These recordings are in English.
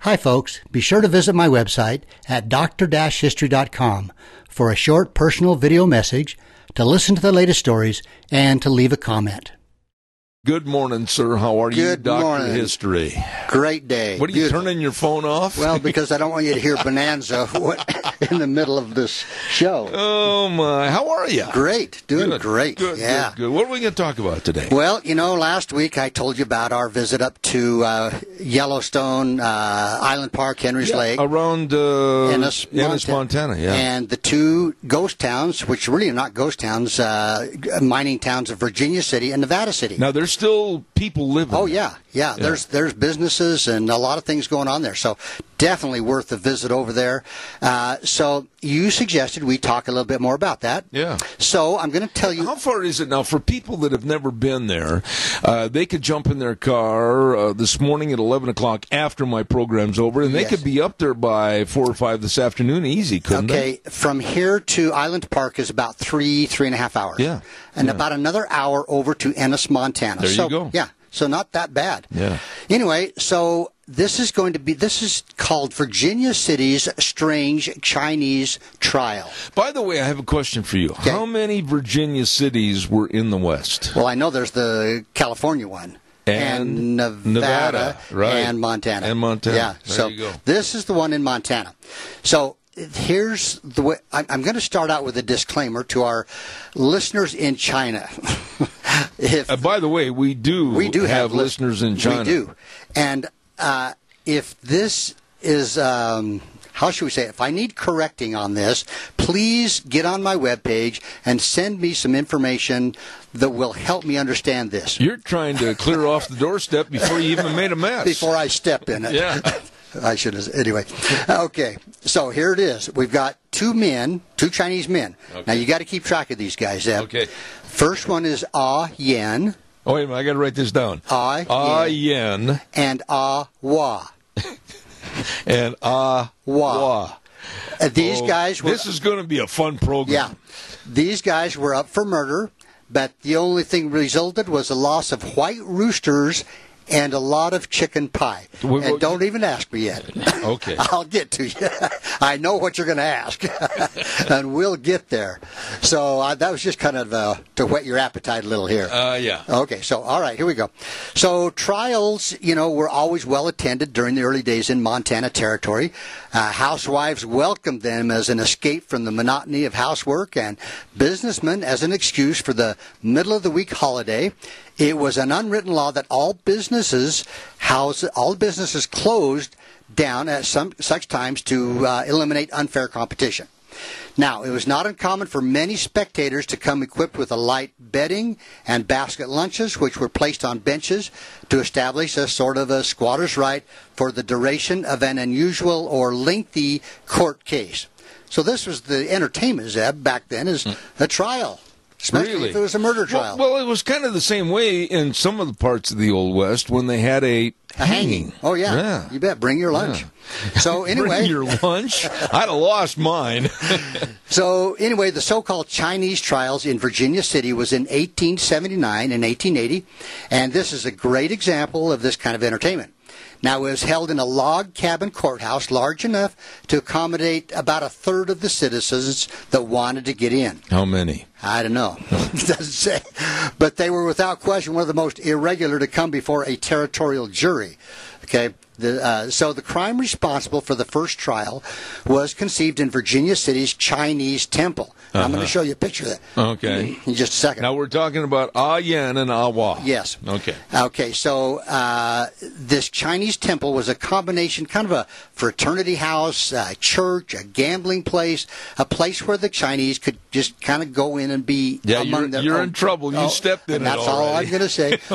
Hi, folks. Be sure to visit my website at dr-history.com for a short personal video message, to listen to the latest stories, and to leave a comment. Good morning, sir. How are you, Good Doctor morning. History? Great day. What are you Beautiful. turning your phone off? Well, because I don't want you to hear Bonanza in the middle of this show. oh my, how are you? Great, doing Good, great. Good, yeah. good, good. What are we going to talk about today? Well, you know, last week I told you about our visit up to uh, Yellowstone uh, Island Park, Henry's Yeah, Oh, Lake, around uh, Ennis, Ennis, Montana. Yeah. and the two ghost towns, which really are not ghost towns, uh, mining towns of Virginia City and Nevada City. now there's still people living. Oh there. yeah, yeah. There's there's businesses and a lot of things going on there. So definitely worth the visit over there. Uh, so you suggested we talk a little bit more about that. Yeah. So I'm going to tell you. How far is it now for people that have never been there? Uh, they could jump in their car uh, this morning at eleven o'clock after my program's over, and they Yes. could be up there by four or five this afternoon, easy, couldn't they? Okay, from here to Island Park is about three three and a half hours. Yeah, And about another hour over to Ennis, Montana. There you so, go. Yeah. So not that bad. Yeah. Anyway, so this is going to be this is called Virginia City's Strange Chinese Trial. By the way, I have a question for you. How many Virginia cities were in the West? Well, I know there's the California one. And Nevada, Nevada, right. and Montana. And Montana. Yeah. There so you go. this is the one in Montana. So here's the way I'm, I'm going to start out with a disclaimer to our listeners in China. if Uh, by the way, we do we do have, lis- listeners in China. We do, and uh, if this is um, how should we say? It? If I need correcting on this, please get on my webpage and send me some information that will help me understand this You're trying to clear off the doorstep before you even made a mess. before I step in it. Yeah. I should have. Anyway, okay. So here it is. We've got two men, two Chinese men. Now you got to keep track of these guys. Deb. Okay. First one is Ah Yan oh, wait a minute. I got to write this down. I- Ah yen and Ah Wa. and ah Wa. wa. Uh, These Oh, guys were This is going to be a fun program. Yeah. These guys were up for murder, but the only thing resulted was the loss of white roosters and a lot of chicken pie. Wait, and wait. don't even ask me yet. Okay. I'll get to you. I know what you're going to ask, and we'll get there. So uh, that was just kind of uh, to whet your appetite a little here. Uh, yeah. Okay, so all right, here we go. So trials, you know, were always well attended during the early days in Montana Territory. Uh, housewives welcomed them as an escape from the monotony of housework, and businessmen as an excuse for the middle of the week holiday. It was an unwritten law that all businesses house all businesses closed down at some such times to uh, eliminate unfair competition. Now, it was not uncommon for many spectators to come equipped with a light bedding and basket lunches, which were placed on benches to establish a sort of a squatter's right for the duration of an unusual or lengthy court case. So this was the entertainment, Zeb, back then, is a trial, especially Hmm. Really? if it was a murder Well- trial. Well, it was kind of the same way in some of the parts of the Old West when they had a, a hanging. Oh, yeah. Yeah. You bet. Bring your lunch. So anyway. Bring your lunch. I'd have lost mine. So anyway, the so-called Chinese trials in Virginia City was in 1879 and 1880, and this is a great example of this kind of entertainment. Now it was held in a log cabin courthouse large enough to accommodate about a third of the citizens that wanted to get in. How many? I don't know. it doesn't say. But they were without question one of the most irregular to come before a territorial jury. Okay. The, uh, so the crime responsible for the first trial was conceived in Virginia City's Chinese temple. Now, I'm going to show you a picture of that Uh-huh. Okay. in just a second. Now we're talking about Ah Yan and Ah Wah. Yes. Okay. Okay, so uh, this Chinese temple was a combination, kind of a fraternity house, a church, a gambling place, a place where the Chinese could just kind of go in and be Yeah, among you're- their you're own. Oh, in trouble. You stepped in and it That's all already. I'm going to say.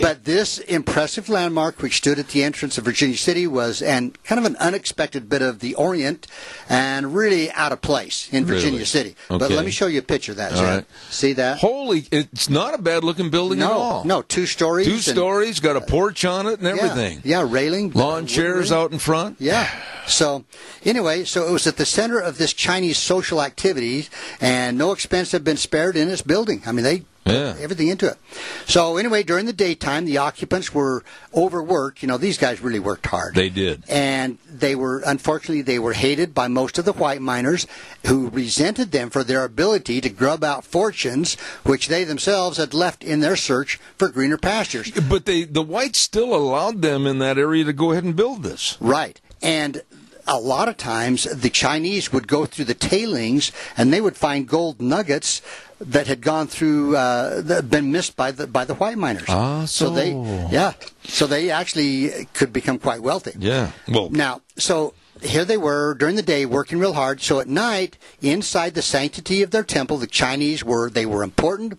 But this impressive landmark, which stood at the entrance of Virginia City, was an kind of an unexpected bit of the Orient, and really out of place in Virginia Really? City. But Okay. let me show you a picture of that. All Zach. right. See that? Holy, it's not a bad looking building at no, all. no, two stories. Two and- stories, got a porch on it and everything. yeah, railing. Lawn wood chairs railing. out in front. Yeah. So anyway, so it was at the center of this Chinese social activities, and no expense had been spared in its building. I mean, they put Yeah. everything into it. So anyway, during the daytime, the occupants were overworked. You know, these guys really worked hard. They did. And they were, unfortunately, they were hated by most of the white miners who resented them for their ability to grub out fortunes which they themselves had left in their search for greener pastures. But they, the whites still allowed them in that area to go ahead and build this. Right. And a lot of times the Chinese would go through the tailings and they would find gold nuggets that had gone through uh, that had been missed by the by the white miners. Ah, so they so. yeah, so they actually could become quite wealthy. Yeah. Well, Now, so here they were during the day working real hard. So at night, inside the sanctity of their temple, the Chinese were they were important,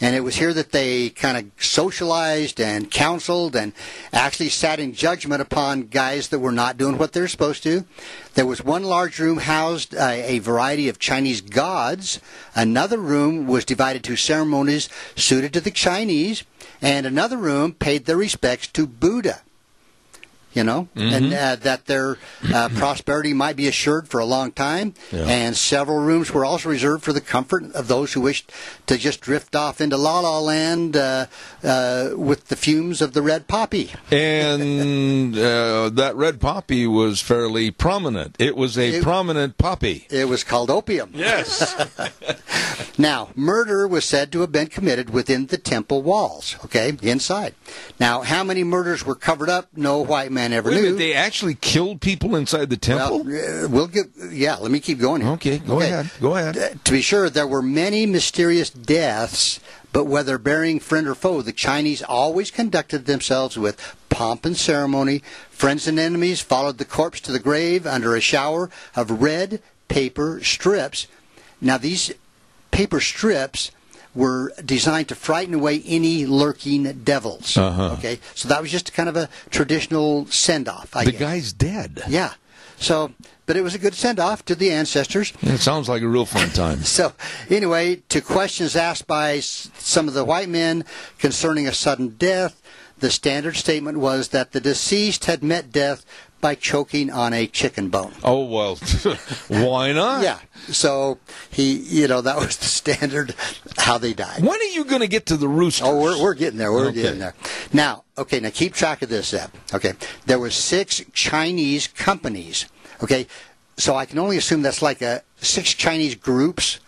and it was here that they kind of socialized and counseled and actually sat in judgment upon guys that were not doing what they're supposed to. There was one large room housed uh, a variety of Chinese gods. Another room was divided to ceremonies suited to the Chinese, and another room paid their respects to Buddha you know, Mm-hmm. and uh, that their uh, prosperity might be assured for a long time. Yeah. And several rooms were also reserved for the comfort of those who wished to just drift off into la la land uh, uh, with the fumes of the red poppy. and uh, that red poppy was fairly prominent. It was a It- prominent poppy. It was called opium. Yes. Now, murder was said to have been committed within the temple walls, okay, inside. Now, how many murders were covered up, no white man ever Wait a knew. minute, they actually killed people inside the temple? well, uh, we'll get, yeah, let me keep going here. okay, go ahead. Go ahead. To be sure, there were many mysterious deaths, but whether bearing friend or foe, the Chinese always conducted themselves with pomp and ceremony. Friends and enemies followed the corpse to the grave under a shower of red paper strips. Now, these paper strips were designed to frighten away any lurking devils. Uh-huh. Okay, so that was just kind of a traditional send off. The guy's dead. yeah. So, but it was a good send off to the ancestors. It sounds like a real fun time. So, anyway, to questions asked by s- some of the white men concerning a sudden death, the standard statement was that the deceased had met death by choking on a chicken bone. Oh well, why not? Yeah. So he, you know, that was the standard how they died. When are you going to get to the roosters? Oh, we're, we're getting there. We're Okay. getting there. Now, okay, now keep track of this, Zeb. Okay, there were six Chinese companies. Okay, so I can only assume that's like a six Chinese groups.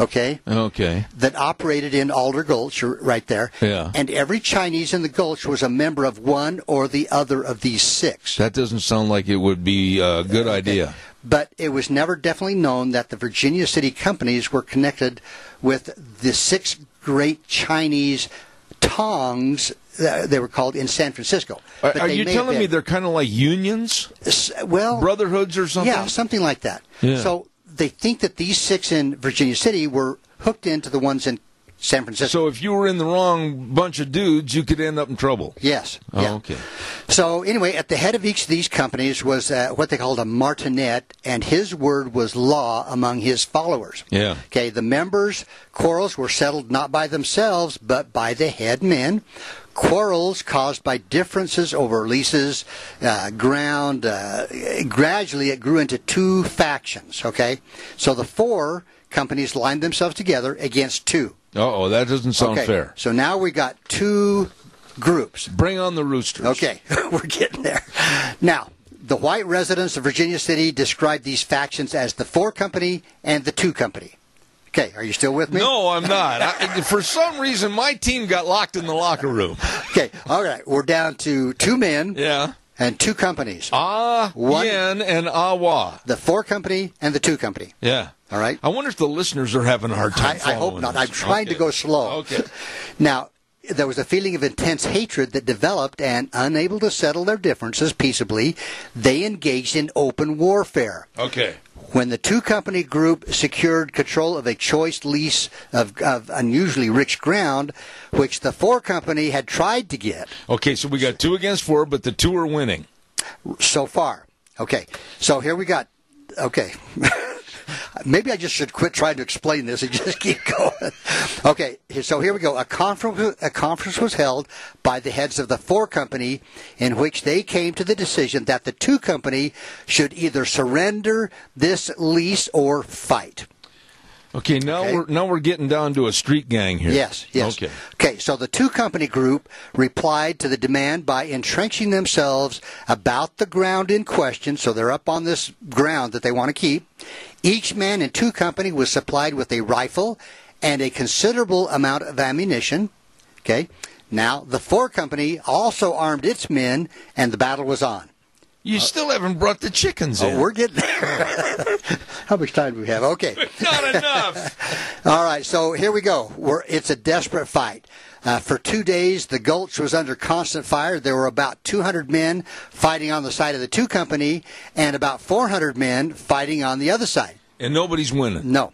Okay. okay. that operated in Alder Gulch r- right there. Yeah. And every Chinese in the Gulch was a member of one or the other of these six. That doesn't sound like it would be a good idea. But it was never definitely known that the Virginia City companies were connected with the six great Chinese tongs. uh, They were called in San Francisco. Are, But are they you may have telling me been- they're kind of like unions, S- well brotherhoods, or something? Yeah, something like that. Yeah. So they think that these six in Virginia City were hooked into the ones in San Francisco. So if you were in the wrong bunch of dudes, you could end up in trouble. yes. Oh, yeah. okay. So anyway, at the head of each of these companies was uh, what they called a martinet, and his word was law among his followers. Yeah. Okay. The members' quarrels were settled not by themselves, but by the head men. Quarrels caused by differences over leases, uh, ground. Uh, gradually, it grew into two factions. Okay. So the four companies lined themselves together against two. Oh, that doesn't sound okay. fair. So now we got two groups. Bring on the roosters. Okay, we're getting there. Now, the white residents of Virginia City described these factions as the four company and the two company. Okay, are you still with me? No, I'm not. I, for some reason, my team got locked in the locker room. Okay, all right, we're down to two men Yeah. and two companies. Ah, One- Yen, and Awa. The four company and the two company. Yeah. All right. I wonder if the listeners are having a hard I, time. I hope following not. this. I'm trying to Okay. go slow. Okay. Now, there was a feeling of intense hatred that developed, and unable to settle their differences peaceably, they engaged in open warfare. Okay. When the two company group secured control of a choice lease of, of unusually rich ground, which the four company had tried to get Okay. So we got two against four, but the two are winning. so far. Okay, so here we got. Okay. Maybe I just should quit trying to explain this and just keep going. Okay, here- so here we go. A conference, a conference was held by the heads of the four company in which they came to the decision that the two company should either surrender this lease or fight. Okay. Now Okay. we're now we're getting down to a street gang here. Yes, yes. Okay. Okay, so the two company group replied to the demand by entrenching themselves about the ground in question, so they're up on this ground that they want to keep. Each man in two company was supplied with a rifle and a considerable amount of ammunition. Okay. Now, the four company also armed its men, and the battle was on. You still haven't brought the chickens in. Uh, Oh, we're getting there. How much time do we have? Okay. not enough. All right, so here we go. We're, it's a desperate fight. Uh, for two days, the gulch was under constant fire. There were about 200 men fighting on the side of the two company and about 400 men fighting on the other side. and nobody's winning. No.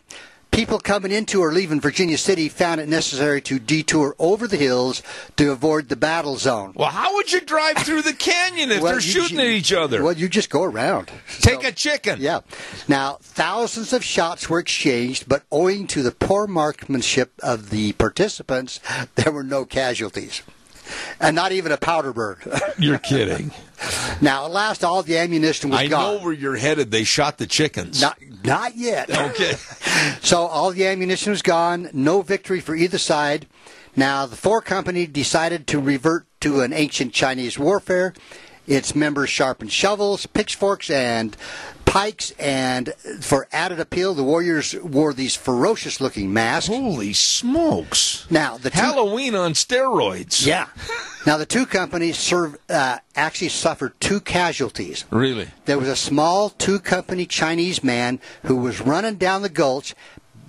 People coming into or leaving Virginia City found it necessary to detour over the hills to avoid the battle zone. Well, how would you drive through the canyon if Well, they're you shooting ju- at each other? Well, you just go around. Take So- a chicken. yeah. Now, thousands of shots were exchanged, but owing to the poor marksmanship of the participants, there were no casualties. And not even a powder burn. You're kidding. now, at last, all the ammunition was I gone. know where you're headed. They shot the chickens. not, not yet. Okay. So all the ammunition was gone, no victory for either side. Now the four company decided to revert to an ancient Chinese warfare. Its members sharpened shovels, pitchforks, and pikes, and for added appeal, the warriors wore these ferocious-looking masks. Holy smokes. Now the two- Halloween on steroids. yeah. Now the two companies serve, uh, actually suffered two casualties. Really? there was a small two company Chinese man who was running down the gulch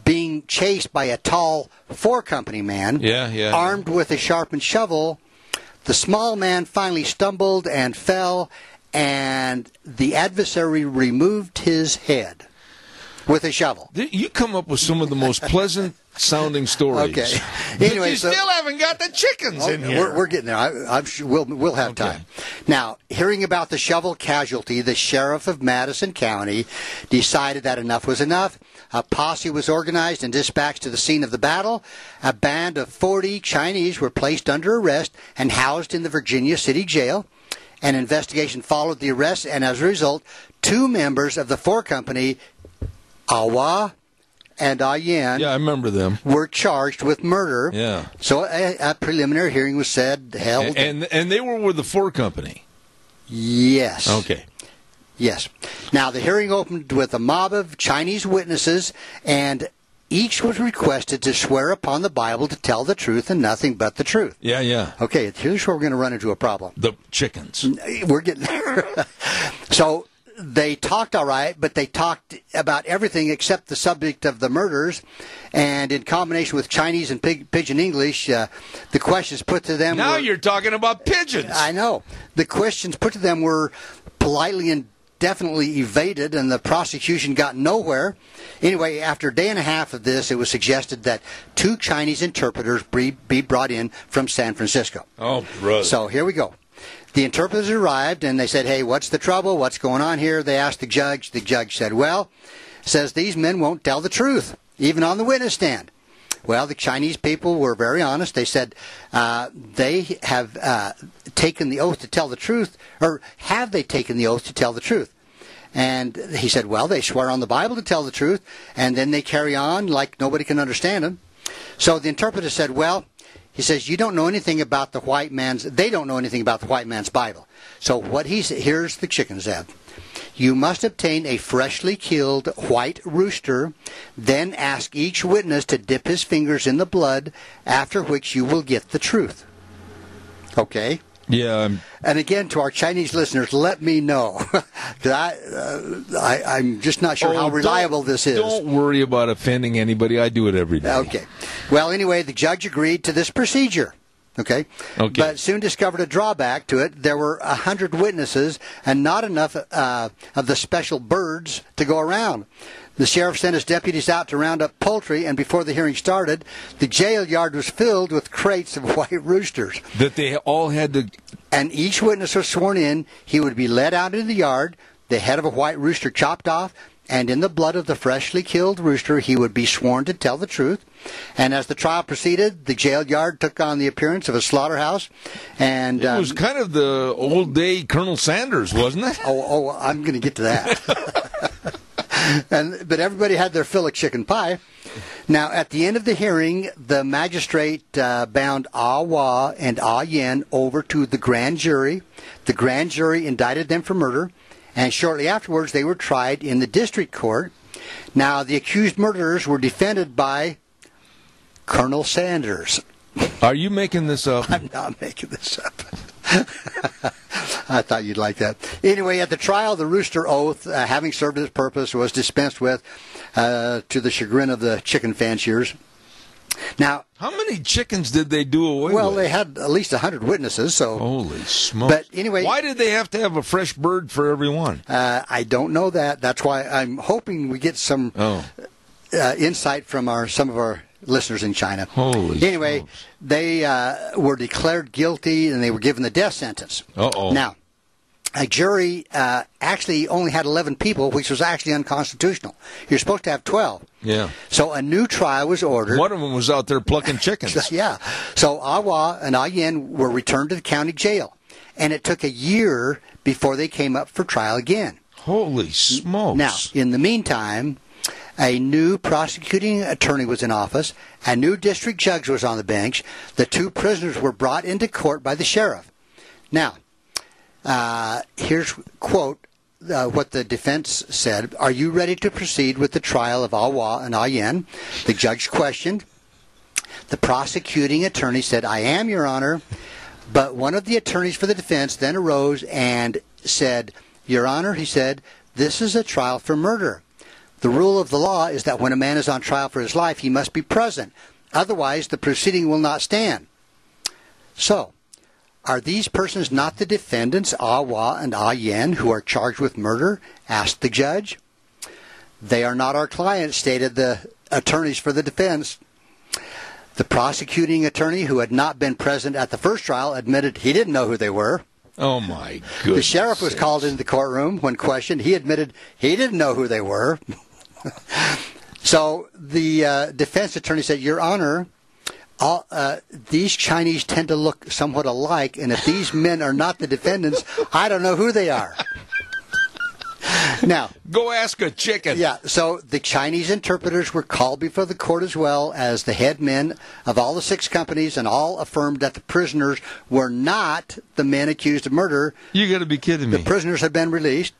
being chased by a tall four company man Yeah, yeah. armed with a sharpened shovel. The small man finally stumbled and fell, and the adversary removed his head with a shovel. Th- You come up with some of the most pleasant sounding stories. Okay. But Anyway, you so- Oh, still haven't got the chickens in here. We're, we're getting there. I, I'm sure we'll, we'll have Okay. time. Now, hearing about the shovel casualty, the sheriff of Madison County decided that enough was enough. A posse was organized and dispatched to the scene of the battle. A band of 40 Chinese were placed under arrest and housed in the Virginia City Jail. An investigation followed the arrest, and as a result, two members of the four company, Awa and Ayan, yeah, I remember them. were charged with murder. Yeah. So a, a preliminary hearing was said held. And and they were with the Four Company. yes. Okay. Yes. Now the hearing opened with a mob of Chinese witnesses, and each was requested to swear upon the Bible to tell the truth and nothing but the truth. Yeah, yeah. Okay, here's where we're going to run into a problem. The chickens. We're getting there. so they talked all right, but they talked about everything except the subject of the murders. And in combination with Chinese and pig, Pigeon English, uh, the questions put to them. Now were, you're talking about pigeons. I know. The questions put to them were politely and definitely evaded, and the prosecution got nowhere. Anyway, after a day and a half of this, it was suggested that two Chinese interpreters be, be brought in from San Francisco. Oh, brother. So here we go. The interpreters arrived and they said, "Hey, what's the trouble? What's going on here?" They asked the judge. The judge said, "Well, says these men won't tell the truth, even on the witness stand." Well, the Chinese people were very honest. They said uh, they have uh, taken the oath to tell the truth, or have they taken the oath to tell the truth? And he said, "Well, they swear on the Bible to tell the truth, and then they carry on like nobody can understand them." So the interpreter said, "Well," he says, "you don't know anything about the white man's. They don't know anything about the white man's Bible." So what he sa- here's the chicken's ad. You must obtain a freshly killed white rooster, then ask each witness to dip his fingers in the blood, after which you will get the truth. Okay? Yeah, I'm- And again, to our Chinese listeners, let me know. 'Cause I, uh, I, I'm just not sure Oh, how don't- reliable this is. Don't worry about offending anybody. I do it every day. Okay. Well, anyway, the judge agreed to this procedure. Okay. Okay. But soon discovered a drawback to it. There were a hundred witnesses and not enough uh, of the special birds to go around. The sheriff sent his deputies out to round up poultry, and before the hearing started, the jail yard was filled with crates of white roosters. That they all had to. And each witness was sworn in. He would be led out into the yard, the head of a white rooster chopped off, and in the blood of the freshly killed rooster, he would be sworn to tell the truth. And as the trial proceeded, the jail yard took on the appearance of a slaughterhouse. And It um, was kind of the old day Colonel Sanders, wasn't it? oh, oh, I'm going to get to that. and but everybody had their fill of chicken pie. Now, at the end of the hearing, the magistrate uh, bound Ah Wah and Ah Yen over to the grand jury. The grand jury indicted them for murder, and shortly afterwards, they were tried in the district court. Now, the accused murderers were defended by Colonel Sanders. Are you making this up? I'm not making this up. I thought you'd like that. Anyway, at the trial, the rooster oath, uh, having served its purpose, was dispensed with uh, to the chagrin of the chicken fanciers. Now, How many chickens did they do away well, with? they had at least 100 witnesses, so Holy smokes. But anyway- Why did they have to have a fresh bird for everyone? uh, I don't know that. That's why I'm hoping we get some Oh. uh, insight from our some of our listeners in China. Holy anyway, smokes. they uh, were declared guilty and they were given the death sentence. Uh-oh. Now, a jury uh, actually only had 11 people, which was actually unconstitutional. You're supposed to have 12. Yeah. So a new trial was ordered. One of them was out there plucking chickens. Yeah. So Awa and Ayen were returned to the county jail, and it took a year before they came up for trial again. Holy smokes. Now, in the meantime, a new prosecuting attorney was in office, a new district judge was on the bench, the two prisoners were brought into court by the sheriff. Now, uh, here's quote uh, what the defense said. Are you ready to proceed with the trial of Awa and Ayen? The judge questioned. The prosecuting attorney said, I am, Your Honor. But one of the attorneys for the defense then arose and said, Your Honor, he said, this is a trial for murder. The rule of the law is that when a man is on trial for his life, he must be present. Otherwise, the proceeding will not stand. So, are these persons not the defendants, Ah Wah and Ah Yen, who are charged with murder? asked the judge. They are not our clients, stated the attorneys for the defense. The prosecuting attorney, who had not been present at the first trial, admitted he didn't know who they were. oh, my goodness. The sheriff was called into the courtroom when questioned. He admitted he didn't know who they were. so the uh, defense attorney said, Your Honor, all, uh, these Chinese tend to look somewhat alike, and if these men are not the defendants, I don't know who they are. now, Go ask a chicken. yeah, so the Chinese interpreters were called before the court as well as the head men of all the six companies, and all affirmed that the prisoners were not the men accused of murder. You got to be kidding me. The prisoners had been released.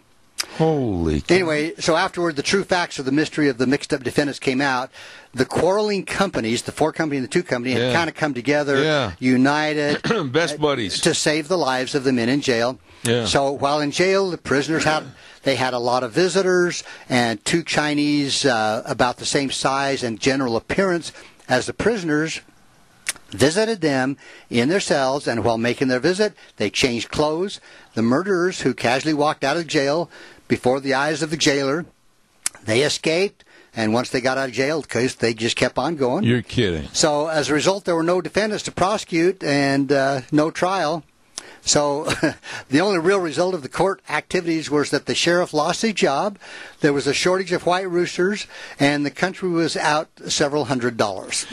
Holy. Anyway, so afterward, the true facts of the mystery of the mixed up defendants came out. The quarreling companies, the four company and the two company, had Yeah. kind of come together, Yeah. united uh, Best buddies. to save the lives of the men in jail. Yeah. So while in jail, the prisoners had they had a lot of visitors and two Chinese uh, about the same size and general appearance as the prisoners visited them in their cells, and while making their visit, they changed clothes. The murderers, who casually walked out of jail before the eyes of the jailer, they escaped, and once they got out of jail, 'cause they just kept on going. You're kidding. So as a result, there were no defendants to prosecute and uh, no trial. So the only real result of the court activities was that the sheriff lost his job, there was a shortage of white roosters, and the country was out several hundred dollars.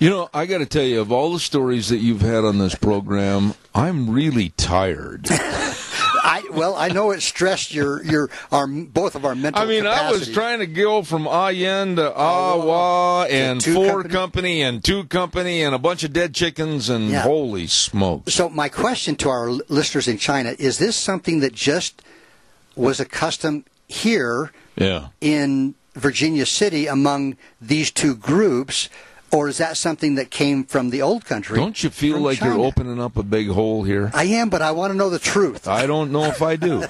You know, I got to tell you, of all the stories that you've had on this program, I'm really tired. I well, I know it stressed your your our both of our mental. I mean, I was capacities. trying to go from Ayen to Awa and Oh, two Four company. company. and Two Company and a bunch of dead chickens and Yeah. holy smokes. So my question to our l- listeners in China is: This something that just was a custom here Yeah. in Virginia City among these two groups, Or is that something that came from the old country? Don't you feel from like China? you're opening up a big hole here? I am, but I want to know the truth. I don't know if I do.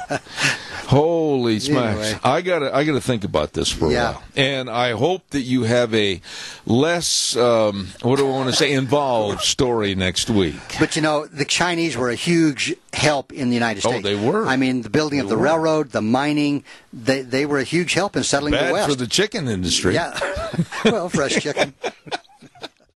Holy smacks! Anyway. I gotta, I gotta think about this for Yeah. a while, and I hope that you have a less, um, what do I want to say, involved story next week. But you know, the Chinese were a huge help in the United Oh, States. they were. I mean, the building of the railroad, the mining, they, they were a huge help in settling the Bad West. for the chicken industry. yeah. well, fresh chicken.